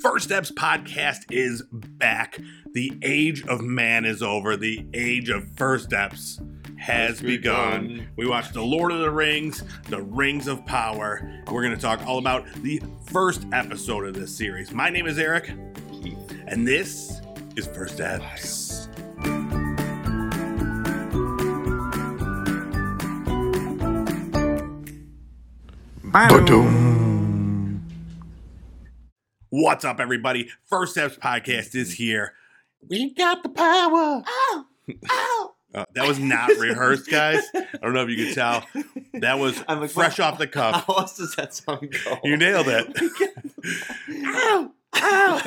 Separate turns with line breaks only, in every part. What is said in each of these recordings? First Steps podcast is back. The age of man is over. The age of first steps has
Has
begun.
begun.
We watched The Lord of the Rings, The Rings of Power. We're going to talk all about the first episode of this series. My name is Eric, and this is First Steps. Um, What's up, everybody? First Steps Podcast is here. We got the power.
Oh, oh.
Uh, that was not rehearsed, guys. I don't know if you could tell. That was
I'm like,
fresh off the cuff.
How else does that song go?
You nailed it.
Ow! Ow!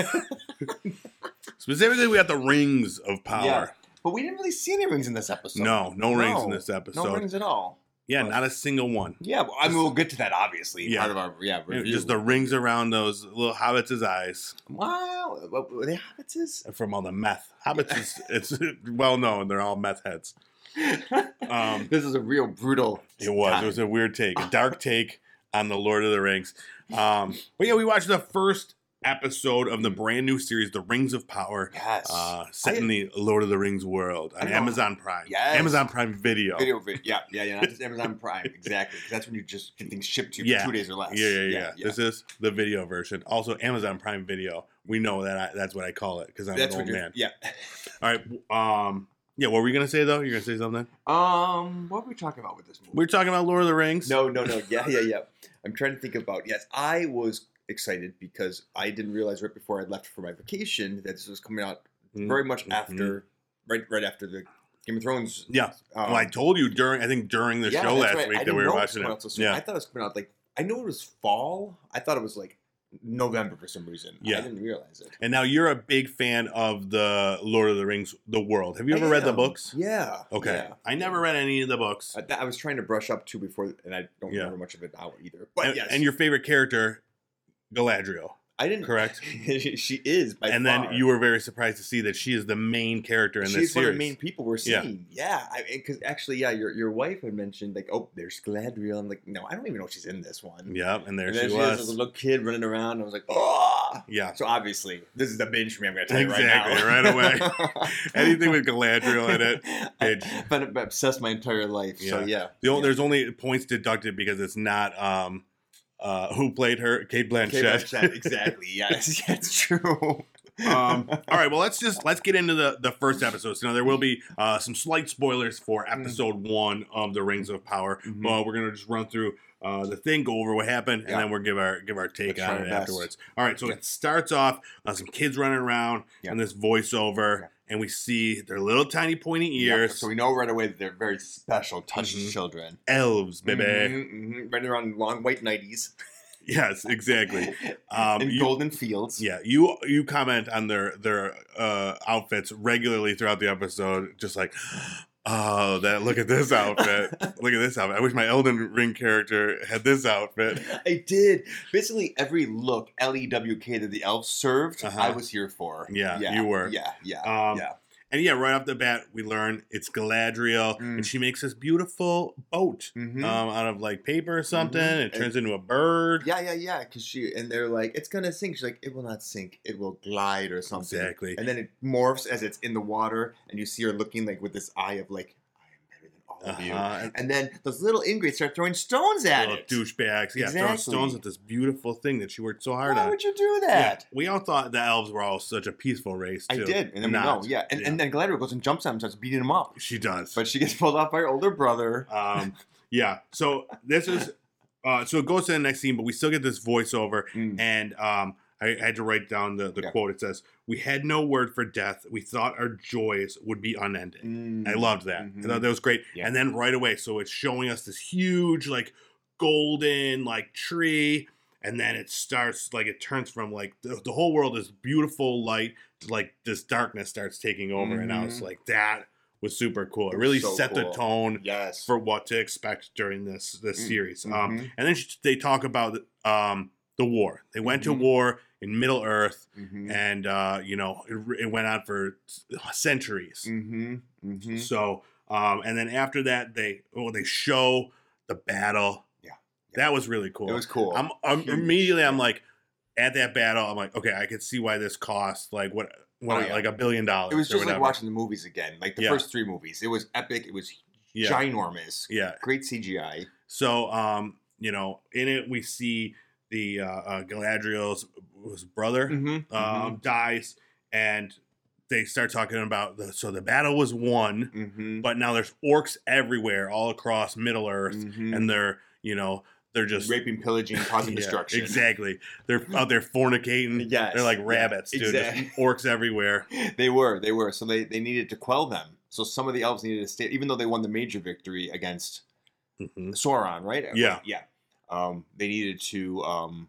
Specifically, we got the rings of power.
but we didn't really see any rings in this episode.
no, no rings in
No,
this episode.
no rings at all.
yeah, not a single one.
Yeah, well, I mean, we'll get to that obviously.
Yeah.
Part of our yeah
You know,
review.
Just the rings around those little hobbits' eyes
wow, what were they hobbitses?
from all the meth. Hobbits is it's well known. They're all meth heads. Um,
this is a real brutal.
It was.
time.
It was a weird take, a dark take on the Lord of the Rings. Um, but yeah, we watched the first episode of the brand new series, The Rings of Power,
yes.
uh, set in the Lord of the Rings world on
I know.
Amazon Prime.
Yes.
Amazon Prime Video.
Video, video, yeah, yeah, yeah. Not just Amazon Prime, exactly. 'cause that's when you just get things shipped to you
Yeah.
for two days or less.
Yeah, yeah, yeah,
yeah.
This is the video version. Also, Amazon Prime Video. We know that I, that's what I call it because I'm
That's
an
what
old
you're.
man.
Yeah.
All right. Um, yeah, what were you gonna say though? You're gonna say something?
Um, what were we talking about with this movie?
We were talking about Lord of the Rings.
No, no, no. Yeah, yeah, yeah. I'm trying to think about. Yes, I was excited because I didn't realize right before I left for my vacation that this was coming out
Mm.
very much
Mhm.
after, right, right after the Game of Thrones.
Yeah.
um,
well, Oh, I told you during I think during the
yeah,
show last
that's right. I
week that
didn't
we were
know
watching
was coming
it.
out so soon.
Yeah.
I thought it was coming out like I know it was fall. I thought it was like November for some reason.
Yeah.
I didn't realize it.
And now you're a big fan of the Lord of the Rings, the world. Have you
I
ever read the
am.
books?
Yeah.
Okay.
yeah.
I never read any of the books.
I, that- I was trying to brush up to before, and I don't
Yeah.
remember much of it now either. But
and,
yes,
and your favorite character, Galadriel,
I didn't.
correct?
she is by
and
far.
then you were very surprised to see that she is the main character in
She's
this
one
series.
of the main people we're
Yeah.
seeing. Yeah, because actually, yeah, your your wife had mentioned like, oh, there's Galadriel. I'm like, no, I don't even know if she's in this one.
Yep, and there
and
she
then she, has this
was.
little kid running around. I was like, oh.
Yeah.
So obviously, this is the binge for me. I'm gonna tell you
Exactly,
right now,
right Anything with Galadriel in it. binge.
I've been obsessed my entire life. So
Yeah.
yeah,
The only,
yeah.
There's only points deducted because it's not um, uh, who played her, Kate
Okay,
Blanchett.
Blanchett, exactly. Yes, that's true.
um, all right well let's just let's get into the the first episode so now there will be uh, some slight spoilers for
Mm-hmm.
episode one of the rings of power
Mhm.
Well, we're gonna just run through uh, the thing go over what happened
Yeah.
and then we'll give our give our take
Let's
on
try
it
our best.
afterwards all right so
Yeah.
it starts off uh, some kids running around
Yeah.
and this voiceover
Yeah.
and we see their little tiny pointy
Yeah,
ears
so we know right away that they're very special, touched
Mhm.
children.
elves baby
Mhm, mhm, Running around in long white nighties.
yes exactly Um,
in
you-
golden fields.
yeah you you comment on their their uh outfits regularly throughout the episode just like oh that look at this outfit Look at this outfit. I wish my Elden Ring character had this outfit.
I did. Basically, every look L E W K that the elves served,
Uh-huh.
I was here for.
Yeah, you were.
Yeah, yeah,
Um,
yeah.
And yeah, right off the bat, we learn it's Galadriel,
Mm.
and she makes this beautiful boat
Mhm.
um, out of like paper or something.
Mhm.
It turns into a bird.
yeah, yeah, yeah. Because she and they're like, it's gonna sink. She's like, it will not sink. It will glide or something.
Exactly.
And then it morphs as it's in the water, and you see her looking like with this eye of like, I am better than all of you.
Uh-huh.
And then those little ingrates start throwing stones at
Little
it.
douchebags. Yeah, throwing
Exactly.
stones at this beautiful thing that she worked so hard
Why
on.
would you do
Yeah,
that?
we all thought the elves were all such a peaceful race.
I
Too.
did, and then
Not.
we know, yeah. And,
Yeah.
and then Galadriel goes and jumps on him, and starts beating him up.
She does.
But she gets pulled off by her older brother.
um, yeah. So this is. Uh, so it goes to the next scene, but we still get this voiceover
Mm.
And um, I had to write down the, the
Yeah.
quote. It says, We had no word for death. We thought our joys would be unending. I loved that. I
Mhm.
thought that was great.
Yeah.
And then right away, so it's showing us this huge, like, golden, like, tree. And then it starts, like, it turns from, like, the, the whole world is beautiful light to, like, this darkness starts taking over. And I was
Mhm.
like, That was super cool. It
It was
really
so
set the
cool.
tone
Yes.
for what to expect during this this
Mm.
series. Um,
Mhm.
and then she, they talk about um, the war. They went
Mhm.
to war in Middle Earth,
Mhm.
and uh, you know it, it went on for centuries.
Mhm. Mhm.
So, um, and then after that, they well they show the battle.
Yeah.
that was really cool.
It was cool.
I'm, I'm
Huge.
immediately I'm like, at that battle, I'm like, okay, I could see why this cost like what, what
Oh, yeah.
like a billion dollars.
It was
or
just like
whatever.
watching the movies again, like the
Yeah.
first three movies. It was epic. It was
Yeah,
ginormous.
yeah.
Great CGI.
So, um, you know, in it we see the uh, uh, Galadriel's his brother
Mm-hmm.
um, dies, and they start talking about the, so the battle was won,
mm-hmm.
but now there's orcs everywhere all across Middle Earth,
mm-hmm.
and they're you know they're just
raping, pillaging, causing
Yeah,
destruction.
Exactly, they're out there fornicating.
Yes.
They're like
Yeah.
rabbits, dude. Just
Exact-
orcs everywhere.
They were, they were. So they, they needed to quell them. So some of the elves needed to stay, even though they won the major victory against
Mhm.
Sauron, right?
Yeah.
yeah. Um, they needed to um,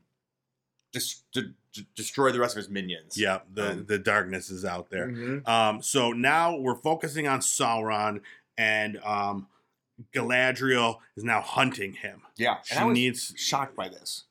dis- d- d- destroy the rest of his minions.
Yeah, the
Um,
the darkness is out there.
Mhm.
Um, so now we're focusing on Sauron, and um, Galadriel is now hunting him.
yeah.
She
And I was
needs
shocked by this.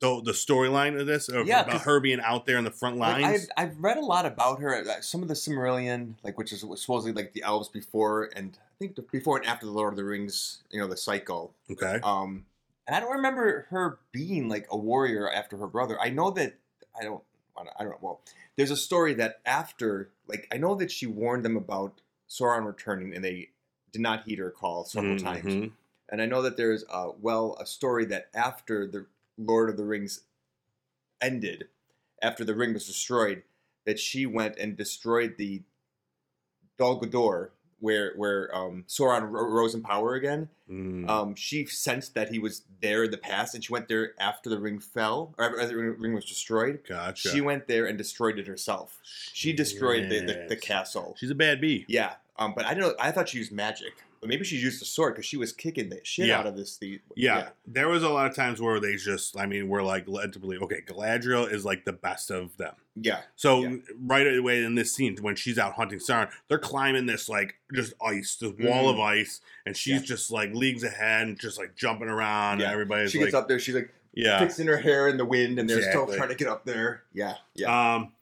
the the storyline of this of,
Yeah,
about
'cause-
her being out there in the front
Like,
lines.
I've, I've read a lot about her. like, Some of the Cimmerillion, like which is supposedly like the elves before and I think before and after the Lord of the Rings, you know, the cycle.
okay,
Um, and I don't remember her being like a warrior after her brother. I know that I don't. I don't- I don't know. Well, there's a story that after, like, I know that she warned them about Sauron returning, and they did not heed her call several times.
Mhm.
And I know that there's uh, well a story that after the Lord of the Rings ended, after the ring was destroyed, that she went and destroyed the Dol Guldur, where where um, Sauron ro- rose in power again.
Mm.
Um, she sensed that he was there in the past, and she went there after the ring fell, or after the ring ring was destroyed.
gotcha.
She went there and destroyed it herself. She destroyed the, the, the
Yes.
castle.
She's a bad bee.
Yeah, um, but I don't. know. I thought she used magic, but maybe she used the sword because she was kicking the shit
Yeah.
out of this. The
Yeah, there was a lot of times where they just, I mean, we're like led to believe, okay, Galadriel is like the best of them.
yeah,
So
Yeah.
right away in this scene, when she's out hunting Sauron, they're climbing this like just ice, this wall of ice, and she's
Mm. Yeah.
just like leagues ahead, and just like jumping around,
Yeah.
and everybody's
she
like,
gets up there. She's like
yeah,
fixing her hair in the wind, and they're
Exactly.
still trying to get up there. Yeah, yeah, Oh,
um,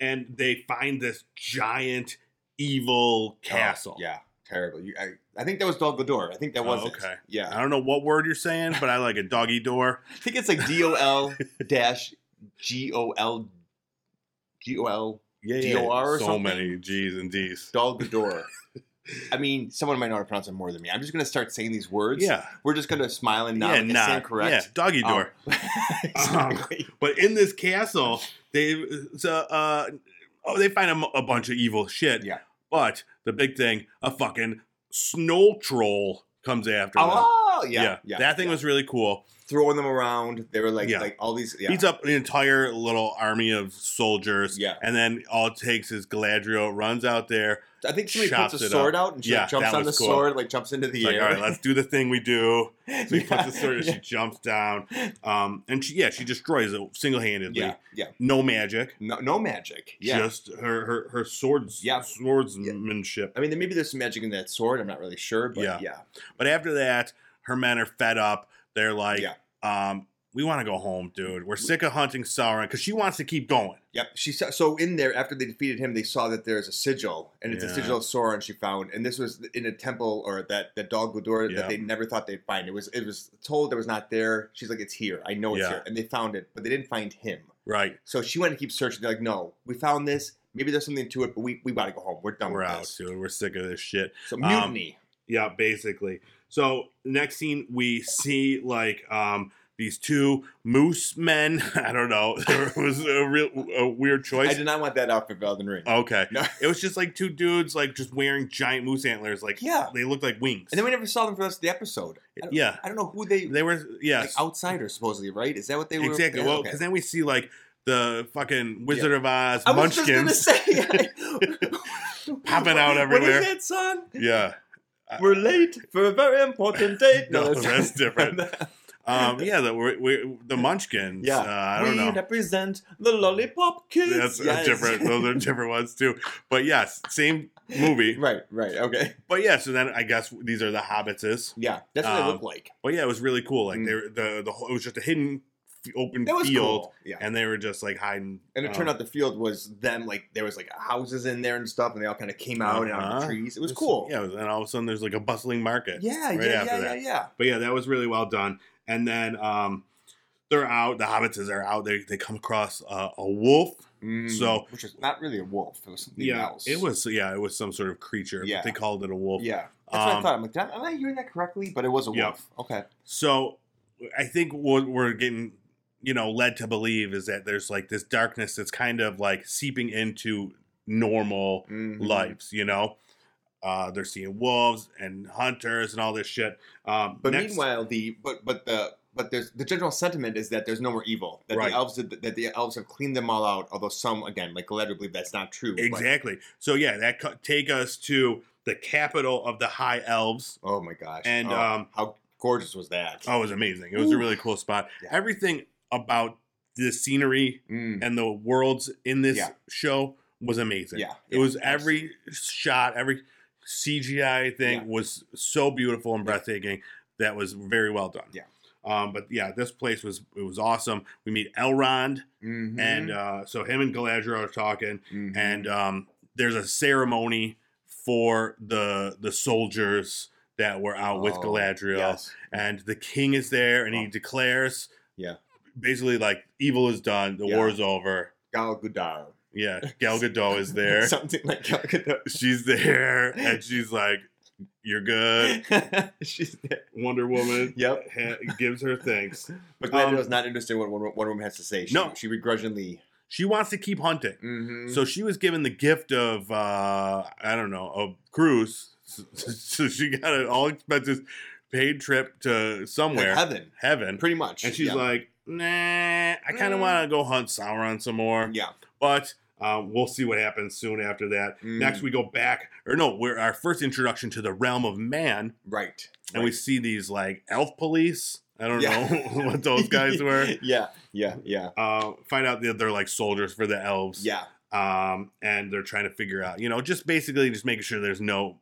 and they find this giant evil castle.
Oh, yeah, terrible. You, I, I think that was Dol Guldur. I think that
Oh,
was it.
okay.
Yeah,
I don't know what word you're saying, but I like it. Doggy door.
I think it's like D O L dash G O L G O L
Yeah,
DOR or
So
something?
many G's and D's.
Dol Guldur. I mean, someone might know how to pronounce it more than me. I'm just gonna start saying these words.
Yeah,
We're just gonna smile and nod.
yeah,
Yeah,
nah.
sound correct.
Yeah, doggy
Um,
door.
exactly.
But in this castle, they so, uh, oh, they find a, m- a bunch of evil shit.
Yeah.
But the big thing, a fucking snow troll comes after them.
Oh yeah, yeah.
that thing
yeah.
was really cool.
throwing them around. They were like
Yeah.
like all these. Yeah,
Beats up an entire little army of soldiers.
Yeah.
And then all it takes is Galadriel runs out there.
I think somebody
chops
puts a
it
sword out and she
Yeah,
jumps
that
on the
was cool.
sword, like jumps into the
It's like,
air.
all right, let's do the thing we do. So he puts the
Yeah,
sword and
yeah,
she jumps down. Um, and she, yeah, she destroys it single handedly.
yeah, yeah.
No magic.
No, no magic. Yeah,
Just her, her, her swords,
Yeah.
swordsmanship.
I mean, there- maybe there's some magic in that sword. I'm not really sure, but
Yeah.
yeah,
But after that, her men are fed up. They're like,
Yeah.
um, we want to go home, dude. We're sick of hunting Sauron because she wants to keep going.
Yep. She saw, so in there after they defeated him, they saw that there's a sigil, and it's
Yeah.
a sigil of Sauron she found, and this was in a temple or that that Dol Guldur
Yeah.
that they never thought they'd find. It was it was told that was not there. She's like, it's here. I know it's
Yeah.
here, and they found it, but they didn't find him.
Right.
So she went to keep searching. They're like, no, we found this. Maybe there's something to it, but we we got to go home. We're done
We're
with
out, Um,
this.
dude. We're sick of this shit.
So mutiny.
Yeah, basically. So next scene, we see like um these two moose men. I don't know. It was a real a weird choice.
I did not want that outfit for Elden Ring.
okay.
No.
It was just like two dudes like just wearing giant moose antlers. Like
Yeah.
they looked like wings.
And then we never saw them for the rest of the episode. I don't,
yeah,
I don't know who they.
they were.
like
Yes,
outsiders supposedly, right? Is that what they were?
exactly.
yeah,
well,
okay.
because then we see like the fucking Wizard of Oz
I was just gonna
munchkins
say
Popping out everywhere.
What is that son?
Yeah.
We're late for a very important date.
No, that's different. Um, yeah, the we, we, the Munchkins.
Yeah.
Uh, I don't
we
know.
represent the lollipop kids.
That's a
Yes.
different. Those are different ones too. But yes, same movie.
Right, right, okay,
But yeah, so then I guess these are the Hobbitses.
yeah, that's what they
Um,
look like.
But yeah, it was really cool. Like
Mm.
they were the the whole, it was just a hidden f- open
That was
field, Um,
cool. Yeah,
and they were just like hiding.
and it turned out the field was them. Like there was like houses in there and stuff, and they all kind of came out and out of
Uh-huh.
the trees. It was cool.
Yeah, it was- and all of a sudden there's like a bustling market.
yeah,
Right
yeah,
after
yeah, yeah,
that.
yeah.
But yeah, that was really well done. And then um, they're out. The hobbitses are out. They they come across uh, a wolf.
Mm,
So-
which is not really a wolf. It was something
yeah,
else.
it was yeah, it was some sort of creature.
Yeah.
but they called it a wolf.
Yeah, that's what I
Um,
thought. I'm like, did I, am I hearing that correctly? But it was a
Yeah.
wolf. Okay.
So I think what we're getting, you know, led to believe is that there's like this darkness that's kind of like seeping into normal
Mhm.
lives, you know? Uh, they're seeing wolves and hunters and all this shit. Um,
But
next-
meanwhile, the but but the but there's the general sentiment is that there's no more evil. That
Right.
the elves did, that the elves have cleaned them all out. Although some, again, like Galadriel, believe that's not true. but-
exactly. So yeah, that co- take us to the capital of the High Elves.
oh my gosh.
And,
Oh,
um,
how gorgeous was that?
Oh, it was amazing. It was a
Ooh.
really cool spot.
Yeah.
Everything about the scenery
Mm,
and the worlds in this
Yeah.
show was amazing.
yeah.
It was every shot, every CGI thing
Yeah.
was so beautiful and
Yeah.
breathtaking. That was very well done.
Yeah.
Um, but yeah, this place was it was awesome. We meet Elrond,
Mhm.
and uh, so him and Galadriel are talking,
Mhm.
and um, there's a ceremony for the the soldiers that were out with
Oh,
Galadriel,
yes.
and the king is there, and he
Oh.
declares,
Yeah.
basically like evil is done, the
Yeah.
war is over.
Gal Gadot.
Yeah, Gal Gadot is there.
Something like Gal Gadot.
she's there and she's like, "You're good,
She's there.
Wonder Woman."
Yep.
Ha- gives her thanks.
But
Um,
Galadriel's not interested in what Wonder Wonder Woman has to say. She,
No.
She begrudgingly.
She wants to keep hunting,
Mhm.
so she was given the gift of uh, I don't know a cruise, so she got an all expenses paid trip to
Like
somewhere
heaven,
heaven,
pretty much.
and she's
yeah.
like, "Nah, I kind of
Mm.
want to go hunt Sauron some more,"
yeah.
but. Uh, we'll see what happens soon after that.
Mm.
Next, we go back, or no, we're our first introduction to the realm of man,
Right.
and we see these like elf police. I don't
Yeah.
know what those guys were.
yeah, yeah, yeah,
Uh, find out that they're like soldiers for the elves.
yeah.
Um, and they're trying to figure out, you know, just basically just making sure there's no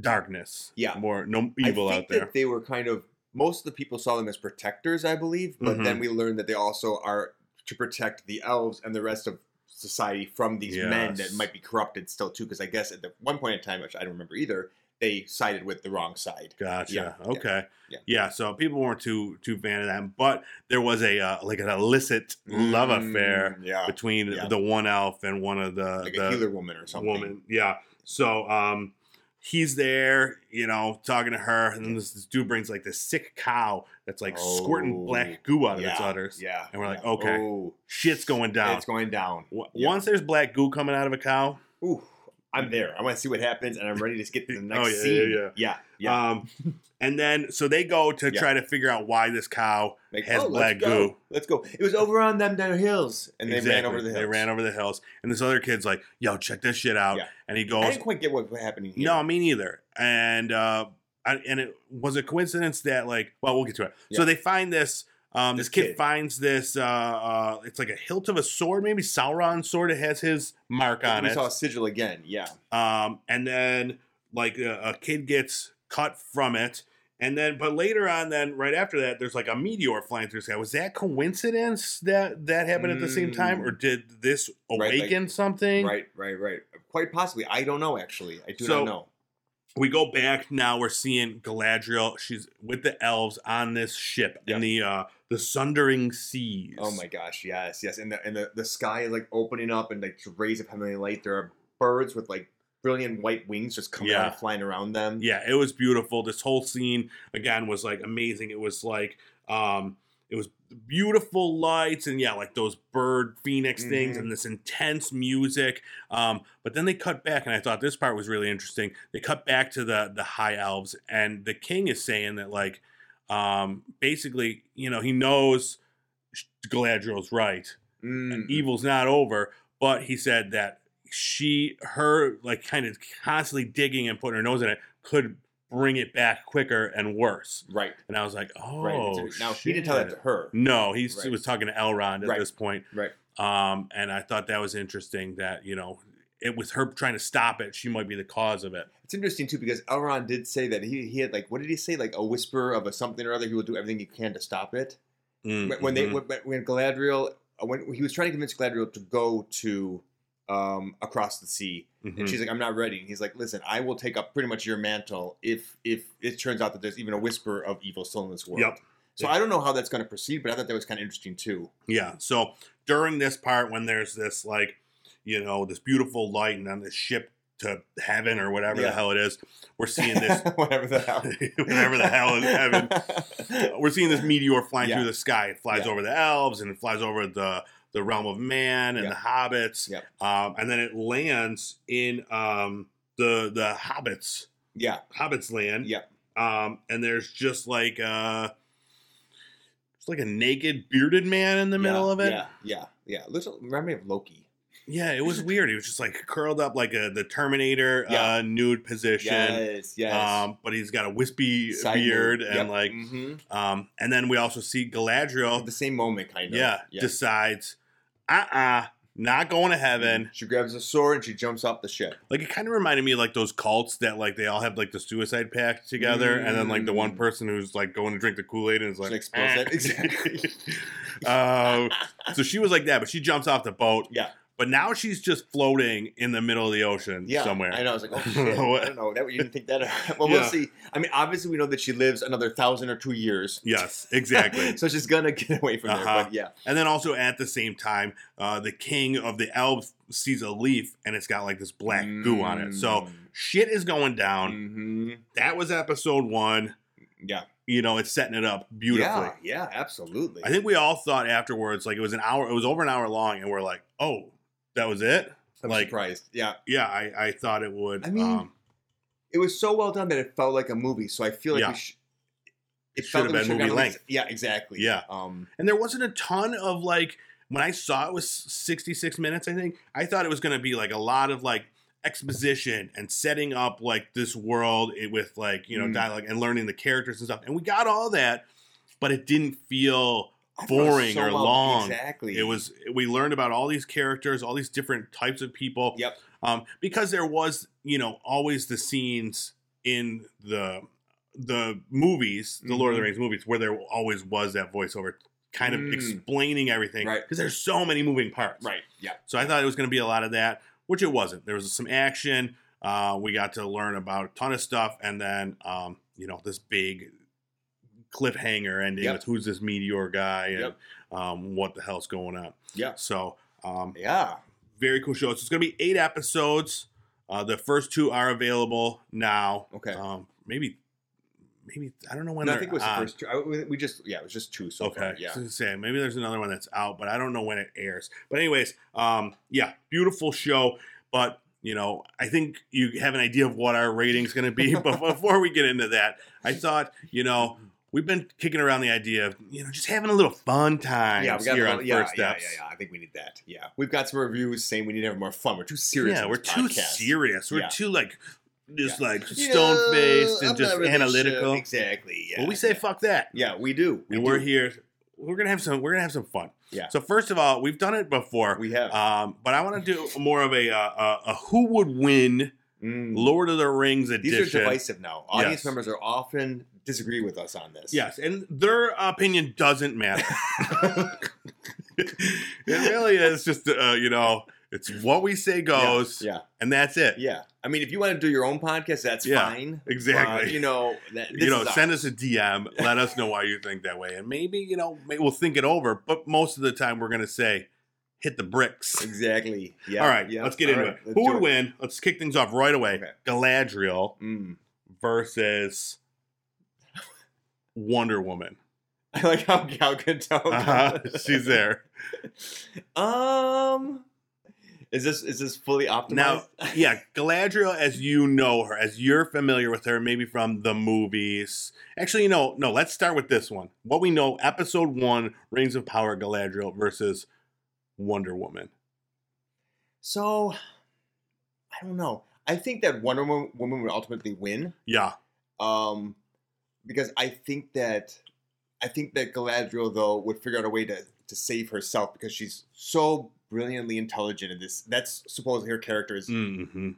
darkness.
Yeah.
More no evil
I
out
think
there.
That they were kind of most of the people saw them as protectors, I believe, but
Mm-hmm.
then we learned that they also are to protect the elves and the rest of society from these men that
Yes.
might be corrupted still too. Because I guess at the one point in time, which I don't remember either, they sided with the wrong side.
Gotcha.
Yeah, yeah,
okay.
yeah.
So people weren't too too fan of that, but there was a uh, like an illicit love affair
Mm, yeah,
between
yeah.
the one elf and one of the
like
the
a healer woman or something.
woman. Yeah. So um he's there, you know, talking to her, and then this, this dude brings like this sick cow that's like squirting
Oh,
black goo out of its
Yeah,
udders.
yeah,
And we're like,
yeah.
okay,
oh,
Shit's going down.
it's going down.
W-
yeah.
Once there's black goo coming out of a cow,
Ooh, I'm there. I want to see what happens, and I'm ready to get to the next
Oh, yeah, yeah,
scene.
yeah.
yeah, yeah.
um, and then so they go to
Yeah.
try to figure out why this cow
Like, oh,
has black
let's go.
goo.
Let's go. It was over on them down hills, and they ran
Exactly.
over the hills.
They ran over the hills, and this other kid's like, "Yo, check this shit out,"
Yeah.
and he
I
goes,
didn't quite get what was happening here.
No, me neither. And uh, I, and it was a coincidence that like, well, we'll get to it. So
Yeah.
they find this. Um, this,
This
kid,
kid.
finds this. Uh, uh, it's like a hilt of a sword, maybe Sauron's sword. It has his mark on
we
it.
saw a sigil again. Yeah,
Um, and then like a, a kid gets cut from it. And then, but later on, then right after that, there's like a meteor flying through the sky. Was that coincidence that that happened at the same time,
Mm.
or did this
Right, like-
awaken something?
right, right, right. Quite possibly. I don't know. Actually, I do
So-
not know.
we go back now we're seeing galadriel she's with the elves on this ship in
Yeah.
the uh the sundering seas
Oh my gosh! Yes, yes. And the and the, the sky is like opening up, and like rays of heavenly light. There are birds with like brilliant white wings just coming out
Yeah.
and flying around them.
yeah it was beautiful this whole scene again was like amazing it was like um it was beautiful lights and yeah like those bird phoenix things
Mhm.
and this intense music um but then they cut back and i thought this part was really interesting they cut back to the the high elves and the king is saying that like um basically you know he knows galadriel's right
Mm.
evil's not over but he said that she her like kind of constantly digging and putting her nose in it could bring it back quicker and worse
Right.
and i was like oh
Right. now he didn't tell that to
shit.
her.
no he
Right.
was talking to elrond at
Right.
this point
Right.
um and i thought that was interesting that you know it was her trying to stop it she might be the cause of it
It's interesting too because Elrond did say that he, he had like what did he say like a whisper of a something or other. He will do everything he can to stop it.
Mm,
When- When they
mhm.
when, when Galadriel uh, when he was trying to convince Galadriel to go to um, across the sea,
Mhm.
and she's like, "I'm not ready." And he's like, "Listen, I will take up pretty much your mantle if if it turns out that there's even a whisper of evil still in this world."
Yep.
So I don't know how that's going to proceed, but I thought that was kind of interesting too.
Yeah. So during this part, when there's this like, you know, this beautiful light and on this ship to heaven or whatever the
Yeah.
hell it is, we're seeing this
whatever the hell,
whatever the hell is heaven. We're seeing this meteor flying
Yeah.
through the sky. It flies
Yeah.
over the elves and it flies over the the realm of man and
Yeah.
the hobbits.
Yeah.
Um, and then it lands in um, the the hobbits
yeah,
hobbits land.
yeah.
Um, and there's just like uh it's like a naked bearded man in the middle
yeah,
of it.
Yeah, yeah, yeah. Looks remind me of Loki.
Yeah, it was weird. He was just like curled up like a the Terminator
Yeah.
uh, nude position.
Yes, yes.
Um, but he's got a wispy
Side
beard
move.
and
Yep.
like,
Mhm.
um, and then we also see Galadriel.
at the same moment, kind of.
yeah,
yeah.
decides, uh, uh not going to heaven.
she grabs a sword and she jumps off the ship.
Like it kind of reminded me of, like those cults that like they all have like the suicide pact together, and then like the one
Mm.
person who's like going to drink the Kool Aid and is
She's
like,
like, explodes
"Eh."
it. exactly.
Uh, so she was like that, but she jumps off the boat.
Yeah.
But now she's just floating in the middle of the ocean
Yeah,
somewhere.
I know. I was like, oh shit, I don't know. That you didn't think that. Well,
Yeah.
we'll see. I mean, obviously, we know that she lives another thousand or two years.
Yes, exactly.
so she's gonna get away from
Uh-huh.
there. But yeah,
and then also at the same time, uh, the king of the elves sees a leaf and it's got like this black goo on it.
Mm.
So um, shit is going down.
Mhm.
That was episode one.
yeah,
You know, it's setting it up beautifully.
yeah, yeah, absolutely.
I think we all thought afterwards, like it was an hour, it was over an hour long, and we're like, oh, that was it?
I'm
like-
surprised. Yeah,
Yeah, I, I thought it would. um,
I mean, it was so well done that it felt like a movie. So I feel like
Yeah.
we sh- it
Should
felt
have
like we
been
should
movie
gotten at least- Yeah, exactly.
Yeah.
Um,
And there wasn't a ton of like when I saw it was 66 minutes, I think. I thought it was going to be like a lot of like exposition and setting up like this world it- with like, you know,
Mm.
dialogue and learning the characters and stuff. And we got all that, but it didn't feel
I thought it was
boring
so
or
well-
long.
Exactly.
It was we learned about all these characters, all these different types of people.
Yep.
Um, because there was, you know, always the scenes in the the movies, the Lord of the
Mhm.
Rings movies, where there always was that voiceover kind of
Mm.
explaining everything.
Right.
Because there's so many moving parts.
right. Yeah.
So I thought it was gonna be a lot of that, which it wasn't. There was some action. Uh, we got to learn about a ton of stuff, and then um, you know, this big cliffhanger ending
Yep.
with who's this meteor guy and
Yep.
um, what the hell's going on.
Yeah.
So um,
Yeah.
very cool show. So it's going to be eight episodes. Uh, the first two are available now.
Okay.
Um, maybe, maybe I don't know when.
No, I
they're
think it was the
on.
first two. I, we we just yeah, it was just two so
okay.
far. Yeah.
So it's saying maybe there's another one that's out, but I don't know when it airs. But anyways, um, yeah, beautiful show. But you know, I think you have an idea of what our rating's going to be. but before we get into that, I thought you know. We've been kicking around the idea of you know just having a little fun time
Yeah, we got
here
a
on
little- yeah,
First
yeah,
Steps.
yeah, yeah. I think we need that. Yeah, we've got some reviews saying we need to have more fun. We're too serious.
Yeah,
on
we're
this
too
podcast.
serious. We're
Yeah.
too like just like
Yeah,
stone faced
I'm
and
not
just
really
analytical.
sure. Exactly. Yeah.
Well, we say
yeah.
fuck that.
Yeah, we do. We
and we're
do.
here. We're gonna have some. We're gonna have some fun.
Yeah.
So first of all, we've done it before.
We have.
um, but I want to do more of a, uh, a a who would win
Mm.
Lord of the Rings
These
edition.
are divisive now. Audience
Yes.
members are often disagree with us on this.
Yes, and their opinion doesn't matter. it really is just uh, you know it's what we say goes,
Yeah.
and that's it.
Yeah. I mean, if you want to do your own podcast, that's
Yeah,
fine.
Exactly.
But, you know, that, this
you know,
is
send
our-
us a DM. Let us know why you think that way, and maybe you know may we'll think it over. But most of the time, we're gonna say, "Hit the bricks."
Exactly. Yeah.
All right,
yeah.
let's get
All
into
right,
it.
let's
Who
do
would
it.
win? Let's kick things off right away.
Okay.
Galadriel
Mm.
versus Wonder Woman.
I like how Gal Gadot.
Uh-huh. She's there.
Um, is this is this fully optimized?
Now- Yeah, Galadriel, as you know her, as you're familiar with her, maybe from the movies. Actually, you know, no. Let's start with this one. What we know, Episode One, Rings of Power, Galadriel versus Wonder Woman.
so I don't know. I think that Wonder Wo- Woman would ultimately win.
Yeah.
Um, because I think that I think that Galadriel though would figure out a way to to save herself because she's so brilliantly intelligent in this. That's supposedly her character is
Mm-hmm.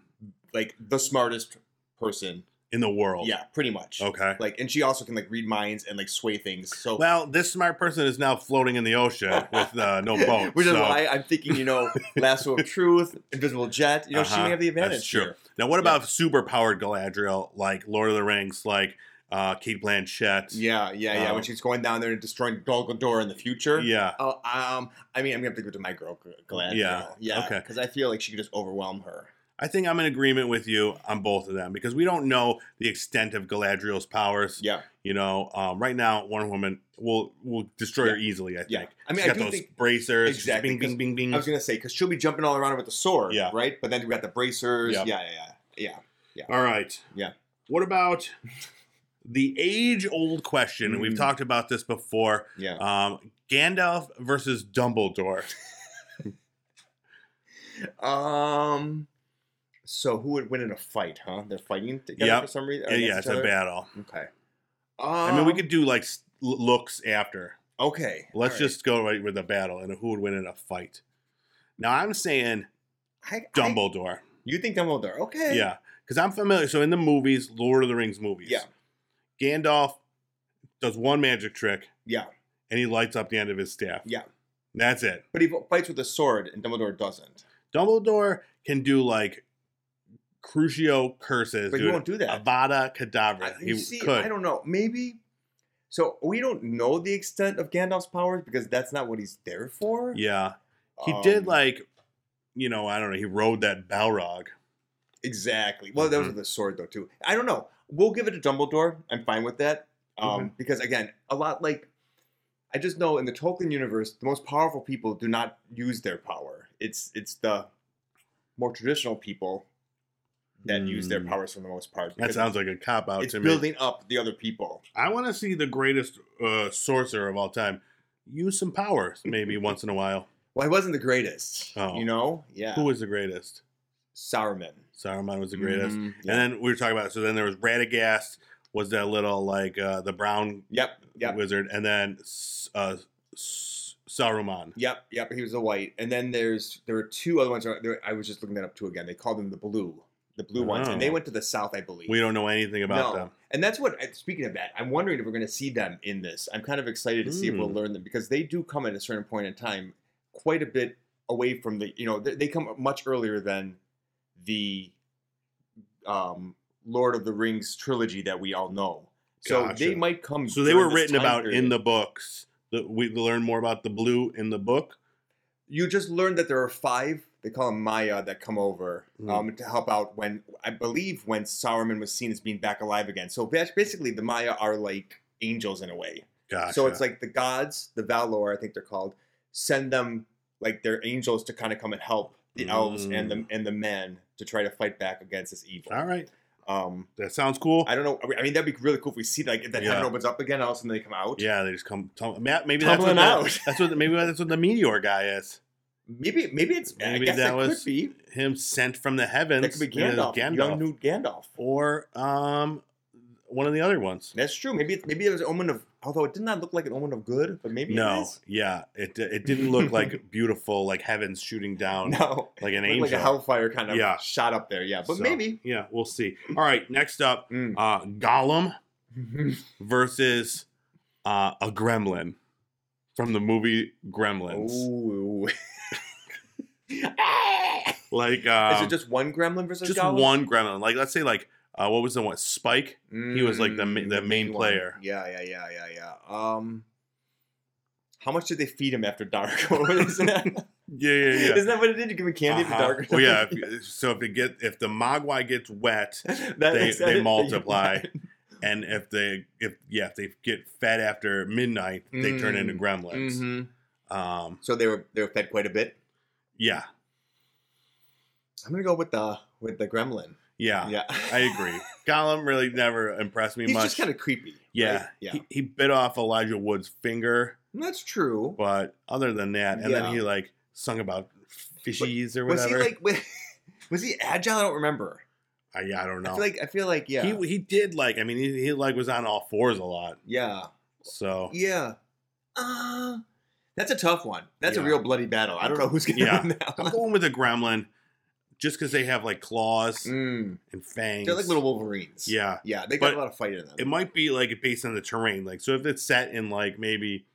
like the smartest person.
In the world.
Yeah, pretty much.
Oh. Okay.
Like, and she also can like read minds and like sway things. So
Well, this smart person is now floating in the ocean with uh, no boat.
Which is
so-
why I'm thinking, you know, Lasso of Truth, Invisible Jet. You know, she
Uh-huh.
may have the
That's
advantage.
true.
here.
Now, what
Yeah.
about superpowered Galadriel, like Lord of the Rings, like uh, Kate Blanchett.
Yeah, yeah, yeah.
Um,
when she's going down there and destroying Gal Gadot in the future.
Yeah.
Oh, um, I mean, I'm gonna have to go to my girl, G- Glad.
Yeah,
Girl. yeah.
okay.
Because I feel like she could just overwhelm her.
I think I'm in agreement with you on both of them because we don't know the extent of Galadriel's powers.
Yeah,
You know, um, right now Wonder Woman will will destroy her easily. I think.
yeah. I mean,
She's
I
got
do
those
think
bracers.
Exactly,
Exactly. Bing, bing, bing,
I
bing.
was gonna say because she'll be jumping all around with the sword.
Yeah.
Right. But then we got the bracers.
Yeah.
Yeah, yeah, yeah,
All right.
Yeah.
What about the age-old question? And We've
Mm.
talked about this before.
yeah.
Um, Gandalf versus Dumbledore.
yeah. Um. So who would win in a fight? Huh? They're fighting together
Yep.
for some reason.
Yeah,
or
yeah,
against
it's
each
a
other?
battle.
Okay.
I mean, we
Um,
could do like s- l- looks after.
Okay.
Let's
all right.
just go right with the battle and who would win in a fight. Now I'm saying
I- I-
Dumbledore.
you think Dumbledore? Okay.
Yeah, because I'm familiar. So in the movies, Lord of the Rings movies,
Yeah.
Gandalf does one magic trick.
Yeah.
and he lights up the end of his staff.
Yeah.
that's it.
But he fights with a sword, and Dumbledore doesn't.
Dumbledore can do like Crucio curses,
But he
dude.
won't do that.
Avada Kedavra.
I,
he
you see,
could.
I don't know. Maybe. So we don't know the extent of Gandalf's powers because that's not what he's there for.
yeah, he
Um,
did like, you know, I don't know. He rode that Balrog.
exactly. Well, that was
Mhm.
with the sword though too. I don't know. We'll give it to Dumbledore. I'm fine with that. Um,
Mm-hmm.
Because again, a lot like I just know in the Tolkien universe, the most powerful people do not use their power. It's it's the more traditional people that use their
Hmm.
powers for the most part.
That
because
sounds like a cop out
it's
to me.
building up the other people.
I want to see the greatest uh, sorcerer of all time use some powers maybe once in a while.
Well, he wasn't the greatest.
Oh.
You know? Yeah.
Who was the greatest?
Sauron.
Saruman was the greatest. And
Mhm.
then we were talking about so then there was Radagast was that little like uh, the brown
Yep, yep,
wizard, and then S- uh, S- Saruman.
yep, yep. He was the white, and then there's there were two other ones. uh, There, I was just looking that up too again. They called them the blue, the blue ones, and they
Oh.
went to the south, I believe.
We don't know anything about
No.
them.
And that's what. I- Speaking of that, I'm wondering if we're going to see them in this. I'm kind of excited to see if we'll
Hmm.
learn them because they do come at a certain point in time, quite a bit away from the. You know, they, they come much earlier than the um, Lord of the Rings trilogy that we all know. So they
Gotcha.
might come.
So they
during
were
this
written
time
about in
period.
the books. The, we learn more about the blue in the book.
You just learned that there are five. They call them Maya that come over
Hmm.
um, to help out when I believe when Sauron was seen as being back alive again. So bas- basically, the Maya are like angels in a way.
Gotcha.
So it's like the gods, the Valor, I think they're called, send them like their angels to kind of come and help the elves and
Mm.
the and the men to try to fight back against this evil.
all right.
Um,
That sounds cool.
I don't know. I mean- I mean, that'd be really cool if we see like if that
Yeah.
heaven opens up again, all of a sudden they come out.
yeah, they just come. Tum- ma- maybe that's what,
Tumbling
the,
out.
that's what. Maybe that's what the meteor guy is.
Maybe, maybe it's.
Maybe
I guess
that
that,
was-
could be.
Him sent from the heavens.
That could be
and it was
Gandalf, young Newt Gandalf.
or um, one of the other ones.
That's true. Maybe it, maybe it was an omen of. Although it did not look like an omen of good, but maybe it
No,
is.
yeah, it it didn't look like beautiful, like heavens shooting down
No,
like an
It
angel.
looked like a hellfire kind of
Yeah.
shot up there. Yeah, but
So,
maybe.
yeah, we'll see. All right, next up,
Mm.
uh, Gollum versus uh, a gremlin from the movie Gremlins.
Ooh.
Like
Is
um,
it just one gremlin versus
just
Gollum?
one gremlin? Like let's say like uh, what was the one Spike? He was, like, the ma-
Mm,
the main
one.
player.
Yeah, yeah, yeah, yeah, yeah. Um, how much did they feed him after dark? isn't, that,
Yeah, yeah, yeah.
isn't that what it did? You give him candy
Uh-huh.
after dark.
Well, yeah. if- so if it get if the Mogwai gets wet,
That-
they
that's it.
they multiply, and if they if yeah if they get fed after midnight, they turn into
Mm,
gremlins.
Mhm.
Um,
So they were they were fed quite a bit.
yeah,
I'm gonna go with the with the gremlin.
yeah,
yeah,
Ah, I agree. Gollum really never impressed me
He's
much.
just kind of creepy.
yeah,
right? yeah.
He, he bit off Elijah Wood's finger,
that's true.
but other than that, and then
Yeah.
he like sung about fishies or
Was he
whatever.
like was he agile? I don't remember.
I, yeah, I don't
I
know.
feel like I feel like yeah,
He he did like I mean he, he like was on all fours a lot.
yeah.
So
Yeah. Uh, that's a tough one. That's
Yeah.
a real bloody battle. I don't know who's going to
Yeah.
win that
I'm
one.
going with a gremlin, just because they have like claws
Mm.
and fangs.
They're like little Wolverines.
Yeah,
Yeah, they
But
got a lot of fight in them.
it might be like based on the terrain. Like, so if it's set in like maybe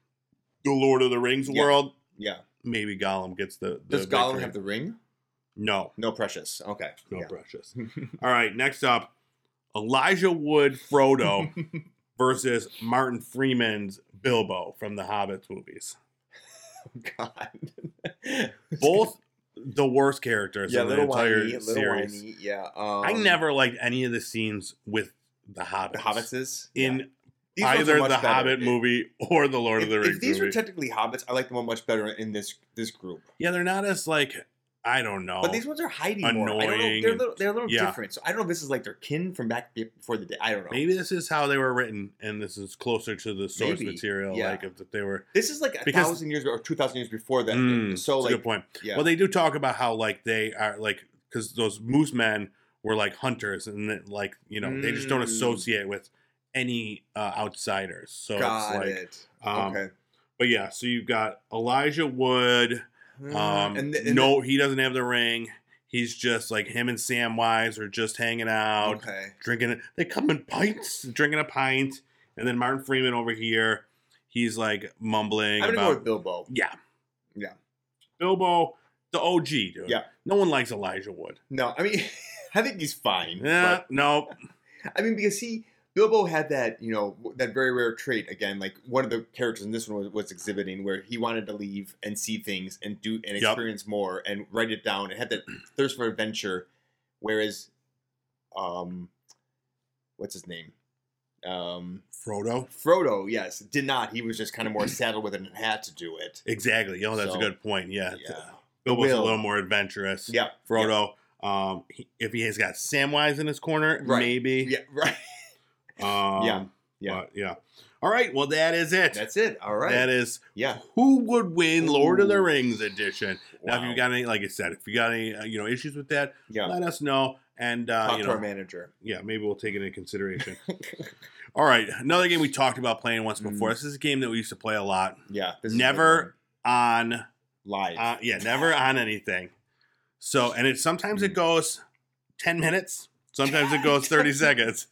the Lord of the Rings
Yeah.
world,
yeah.
maybe Gollum gets the. the
Does Gollum
victory.
have the ring?
No,
No, precious. Okay.
no
yeah.
precious. All right, next up, Elijah Wood Frodo versus Martin Freeman's Bilbo from the Hobbit movies.
God.
Both the worst characters
yeah,
in the
little
entire
whiny, little
series.
whiny. Yeah. Um,
I never liked any of the scenes with the Hobbits.
the Hobbitses
in
Yeah. These ones are
either the
much better.
Hobbit movie or the Lord
If,
of the
if
Rings
these
movie.
were technically hobbits, I like them all much better in this this group.
yeah, they're not as like I don't know.
But these ones are hiding more. I don't know.
Oh, Annoying
They're a
and-
little, they're a little
yeah.
different. So I don't know if this is like their kin from back be- before the day. I don't know.
Maybe this is how they were written, and this is closer to the source
Maybe,
material.
yeah.
Like if they were.
This is like a
Because-
thousand years or two thousand years before that.
Mm,
so
that's a
like,
good point.
yeah,
Well, they do talk about how like they are like because those moose men were like hunters, and that, like you know they just don't
Mm.
associate with any uh, outsiders. So it's
got
like,
it.
um,
okay.
but yeah, so you've got Elijah Wood. Um,
Uh, th- th-
no, he doesn't have the ring. He's just like him and Samwise are just hanging out,
Okay.
drinking. They come in pints, drinking a pint, and then Martin Freeman over here, he's like mumbling
I'm gonna
about
go with Bilbo.
yeah,
Yeah.
Bilbo, the OG dude.
Yeah.
no one likes Elijah Wood.
No, I mean, I think he's fine.
Yeah, no,
but- I mean, because he Bilbo had that you know that very rare trait again. Like one of the characters in this one was, was exhibiting where he wanted to leave and see things and do and
Yep.
experience more and write it down and had that thirst for adventure. Whereas, um, what's his name? Um,
Frodo.
Frodo, yes, did not. He was just kind of more saddled with it and had to do it.
Exactly. Oh, that's
So,
a good point. Yeah,
yeah.
Bilbo's a
Will.
little more adventurous.
Yeah,
Frodo. Um, he, if he has got Samwise in his corner,
Right.
maybe.
Yeah, right.
Um,
Yeah, yeah.
but, yeah. All right. Well, that is it.
That's it. All right.
That is
yeah.
who would win Lord of the
Ooh.
Rings edition. Now, if
Wow.
you got any, like I said, if you got any, uh, you know, issues with that,
yeah,
let us know. And uh,
talk
you
to our
know,
manager.
yeah, maybe we'll take it into consideration. All right, another game we talked about playing once
Mm.
before. This is a game that we used to play a lot
Yeah, this is
Never- on
good one. live.
Uh, yeah, never on anything. So, and it sometimes it
Mm.
goes 10 minutes, sometimes it goes 30 seconds.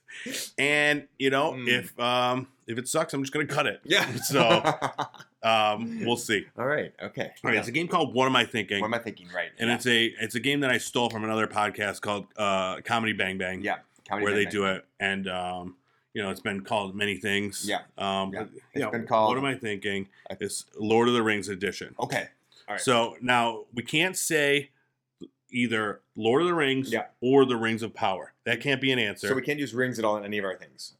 And, you know,
Mm.
if um if it sucks, I'm just going to cut it.
yeah.
So, um we'll see.
all right. Okay.
All right, it's a game called What Am I Thinking?
What am I thinking? Right.
and it's a it's a game that I stole from another podcast called uh Comedy Bang Bang
yeah. Comedy
where
Bang
they
Bang.
do it and um you know, it's been called many things.
Yeah.
Um,
Yeah.
but, you
It's
know,
been called-
What am I thinking?
I-
It's Lord of the Rings edition.
Okay. All right.
So now we can't say either Lord of the Rings
Yeah.
or the Rings of Power. That can't be an answer.
So we can't use rings at all in any of our things.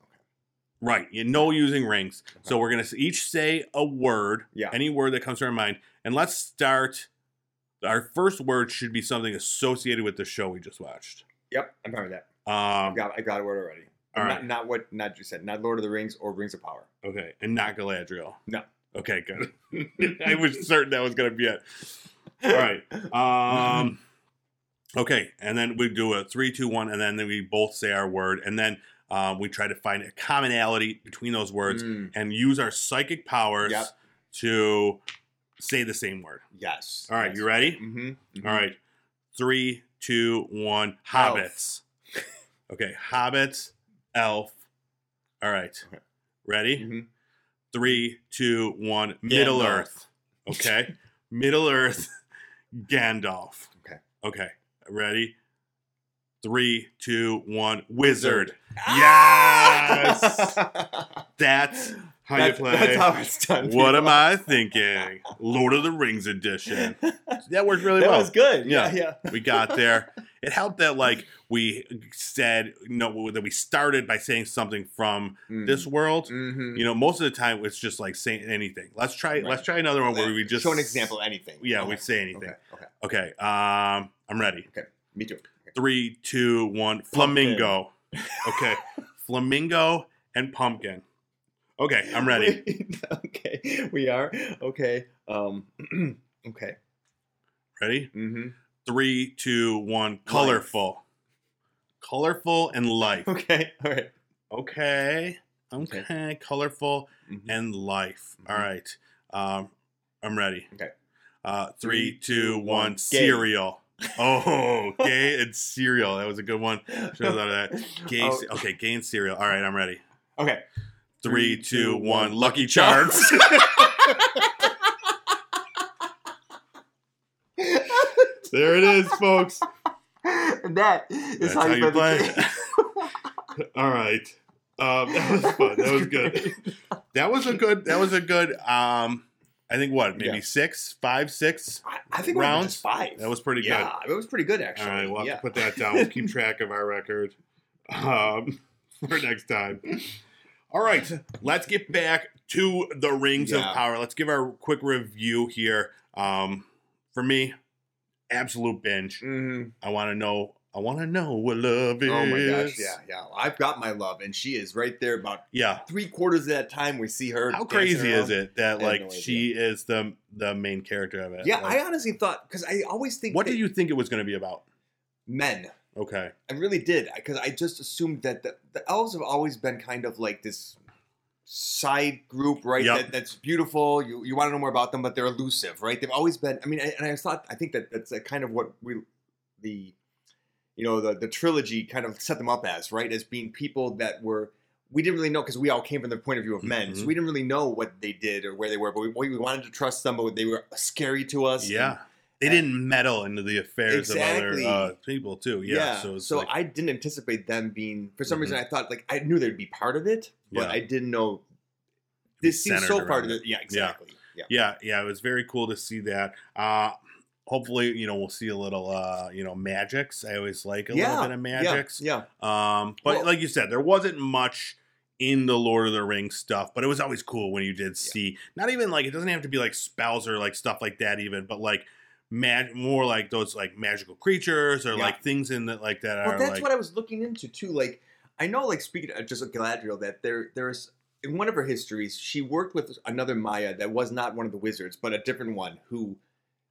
right. You no using rings. So
Okay.
we're going to each say a word,
Yeah.
any word that comes to our mind. And let's start. Our first word should be something associated with the show we just watched.
Yep. I'm fine with that. I
Um,
got. I got a word already.
All
not,
right.
not what. Not you said. Not Lord of the Rings or Rings of Power.
okay. And not Galadriel.
No.
Okay, good. I was certain that was going to be it. All right. Um, okay, and then we do a three, two, one, and then we both say our word, and then um, we try to find a commonality between those words
Mm,
and use our psychic powers
Yep.
to say the same word.
yes.
All right, you ready?
Mm-hmm,
All right, three, two, one.
Elf.
Hobbits. okay, hobbits, elf. All right,
Okay.
ready?
hmm
Three, two, one. Middle
Gandalf.
Earth. Okay. Middle Earth, Gandalf.
Okay.
Okay. Ready? Three, two, one. Wizard.
Ah!
Yes! That's how you
That's-
play.
That's how it's done.
what am
people.
I thinking? Lord of the Rings edition. That worked really
that
well.
was good.
Yeah.
Yeah, yeah.
We got there. It helped that like we said no that we started by saying something from
Mm.
this world.
Mm-hmm.
You know, most of the time it's just like saying anything. Let's try.
Right.
Let's try another one where we just
show an example. Anything.
Yeah, we
Okay.
say anything.
Okay. Okay.
Okay. Um, I'm ready.
Me too. Okay.
Three, two, one. Flamingo. Okay. Flamingo and pumpkin. Okay, I'm ready.
okay, we are. Okay. Um. okay.
Ready?
Mm-hmm.
Three, two, one. Colorful. Colorful and life.
Okay. All right.
Okay. Okay. Colorful
Mhm.
and life. All
Mhm.
right. Um, I'm ready.
Okay.
Uh, three, two, one.
Gay.
Cereal. Oh, gay and cereal. That was a good one.
Mm-hmm.
Should have thought of that. Gay.
Oh,
ce- Okay, gay and cereal. All right, I'm ready.
okay.
Three, two, one. Lucky
Charms.
Charms. there it is, folks.
that is
That's how you play. All right. Um, that was fun. That was good. That was a good. That was a good. Um, I think what maybe
Yeah.
six, five, six.
I, I think we
Rounds?
was five.
That was pretty
yeah, it was pretty good
good.
actually.
All right, we'll have
yeah.
to put that down. We'll keep track of our record um, for next time. All right, let's get back to the rings
Yeah.
of power. Let's give our quick review here. Um, for me, absolute binge.
Mhm.
I want to know. I want to know what love is.
Oh my gosh, yeah, yeah. I've got my love, and she is right there. About
yeah.
three quarters of that time, we see her.
How
dancing
crazy
around.
is it that
I have
like
no idea.
she is the the main character of it?
Yeah,
Like,
I honestly thought because I always think
what
that
did you think it was going to be about?
men.
Okay,
I really did because I just assumed that the, the elves have always been kind of like this side group, right?
Yep.
That, that's beautiful. You you want to know more about them, but they're elusive, right? They've always been. I mean, and and I thought I think that that's a kind of what we the you know the the trilogy kind of set them up as, right? As being people that were. We didn't really know because we all came from the point of view of men, so
Mhm.
we didn't really know what they did or where they were. But we, we wanted to trust them, but they were scary to us. and
yeah, they didn't meddle into the affairs
Exactly.
of other uh, people too. Yeah, so it's like, Mm-hmm.
I didn't anticipate them being. For some reason, I thought like I knew they'd be part of it, but
Yeah.
I didn't know. This seems
centered
so part of
around
it. Yeah, exactly. Yeah.
yeah, yeah, it was very cool to see that. Uh, hopefully, you know, we'll see a little, uh, you know, magics. I always like a
Yeah,
little bit of
Yeah.
magics.
Yeah.
Um, but
Well-
like you said, there wasn't much in the Lord of the Rings stuff, but it was always cool when you did see not even like it doesn't have to be like spells or like stuff like that even, but like mag- more like those like magical creatures or
Yeah.
like things in that like that
Well,
are
that's
like
what I was looking into too. Like, I know, like speaking of just Galadriel, that there there's in one of her histories, she worked with another Maya that was not one of the wizards, but a different one who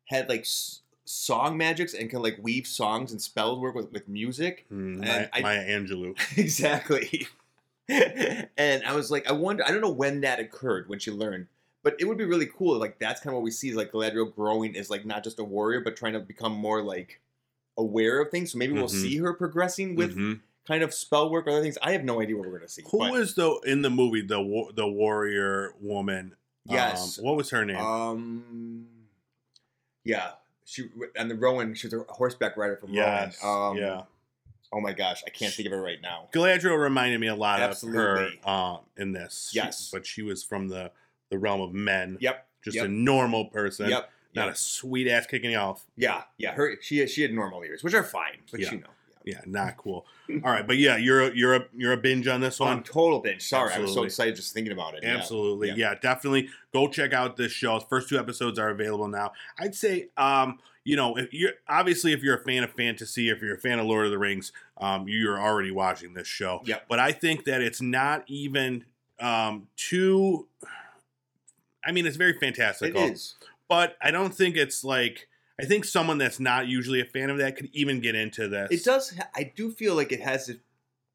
had like s- song magics and can like weave songs and spells work with with music.
Hmm, Maya,
and I-
Maya Angelou.
exactly. and I was like, I wonder, I don't know when that occurred, when she learned, but it would be really cool. Like, that's kind of what we see is like Galadriel growing is like not just a warrior, but trying to become more like aware of things. So maybe we'll
Mhm.
see her progressing with
Mhm.
kind of spell work or other things. I have no idea what we're going to see.
Who
but,
was though in the movie the wa- the warrior woman?
Yes.
Um, what was her name?
Um, yeah. She and the Rowan, she was a horseback rider from
yes.
Rowan. Um,
yeah.
Oh my gosh, I can't think of it right now.
Galadriel reminded me a lot
Absolutely.
of her um, in this. She-
Yes.
but she was from the the realm of men.
Yep.
just
yep.
a normal person.
Yep.
Not
yep.
a sweet ass kicking you off.
Yeah, yeah. Her she she had normal ears, which are fine, but
Yeah.
you know.
Yeah, not cool. All right, but yeah, you're a, you're a you're a binge on this
So I'm
one.
total binge. Sorry, I was so
Absolutely.
excited just thinking about it. yeah.
Absolutely.
Yeah.
Yeah. definitely go check out this show. First two episodes are available now. I'd say um, you know, if you're obviously if you're a fan of fantasy, if you're a fan of Lord of the Rings, um, you're already watching this show.
Yep.
But I think that it's not even um too I mean, it's very
It
fantastical.
is.
But I don't think it's like I think someone that's not usually a fan of that could even get into this.
It does. ha- I do feel like it has the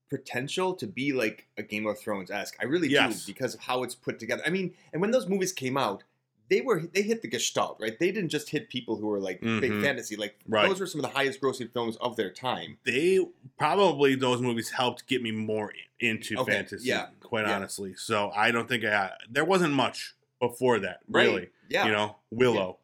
potential to be like a Game of Thrones esque. I really
Yes.
do because of how it's put together. I mean, and when those movies came out, they were they hit the gestalt, right? They didn't just hit people who were like big
Mhm.
fantasy. Like
Right.
those were some of the highest grossing films of their time.
they probably those movies helped get me more i- into
Okay,
fantasy
yeah,
quite
yeah.
honestly so i don't think I, there wasn't much before that really
Right? Yeah.
you know willow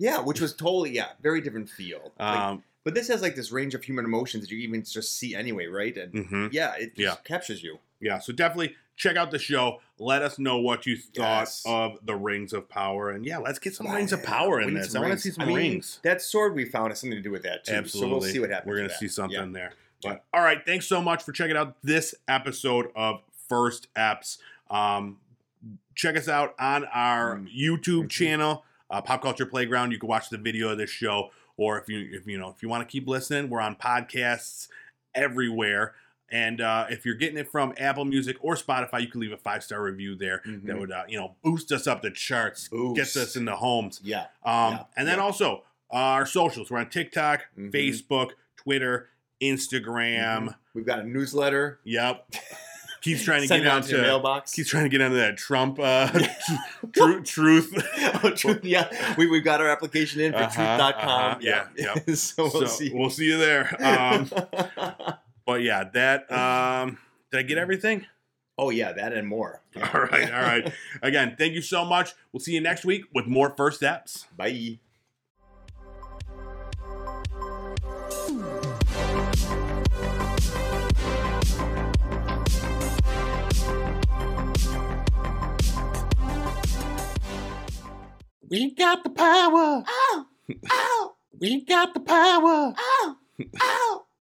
Yeah, which was totally yeah, very different feel. Like,
um
But this has like this range of human emotions that you even just see anyway, right? And
mhm.
yeah, it just
Yeah.
captures you.
yeah so definitely check out the show let us know what you thought
Yes.
of the rings of power and yeah let's get some
Yeah,
rings of power
we
in
need
this
some
i want to
rings.
see some
I mean,
rings
That sword we found has something to do with that too.
absolutely
So we'll see what happens.
we're gonna
to that.
see something
Yeah.
there but all right thanks so much for checking out this episode of first apps um check us out on our
Mm.
YouTube
Mhm.
channel, uh, Pop Culture Playground. You can watch the video of this show, or if you if you know if you want to keep listening, we're on podcasts everywhere. And uh, if you're getting it from Apple Music or Spotify, you can leave a five star review there.
Mhm.
That would uh, you know boost us up the charts, gets
Boost.
us in the homes.
Yeah.
Um,
Yeah,
and then
yeah.
also uh, our socials. We're on TikTok,
Mhm.
Facebook, Twitter, Instagram.
Mhm. We've got a newsletter.
Yep. Keeps trying to
Send
get
it out to your
onto
mailbox.
keeps trying to get onto that Trump uh, tru- truth.
oh, truth, yeah. We, we've got our application in for
Uh-huh, uh-huh,
truth.com.
yeah,
so we'll
so
see.
we'll see you there. Um, but yeah, that. Um, did I get everything?
oh, yeah, that and more. Yeah.
All right, all right. Again, thank you so much. We'll see you next week with more first steps.
Bye.
We got the power.
Ow! Ow!
Oh, We got the power.
Ow!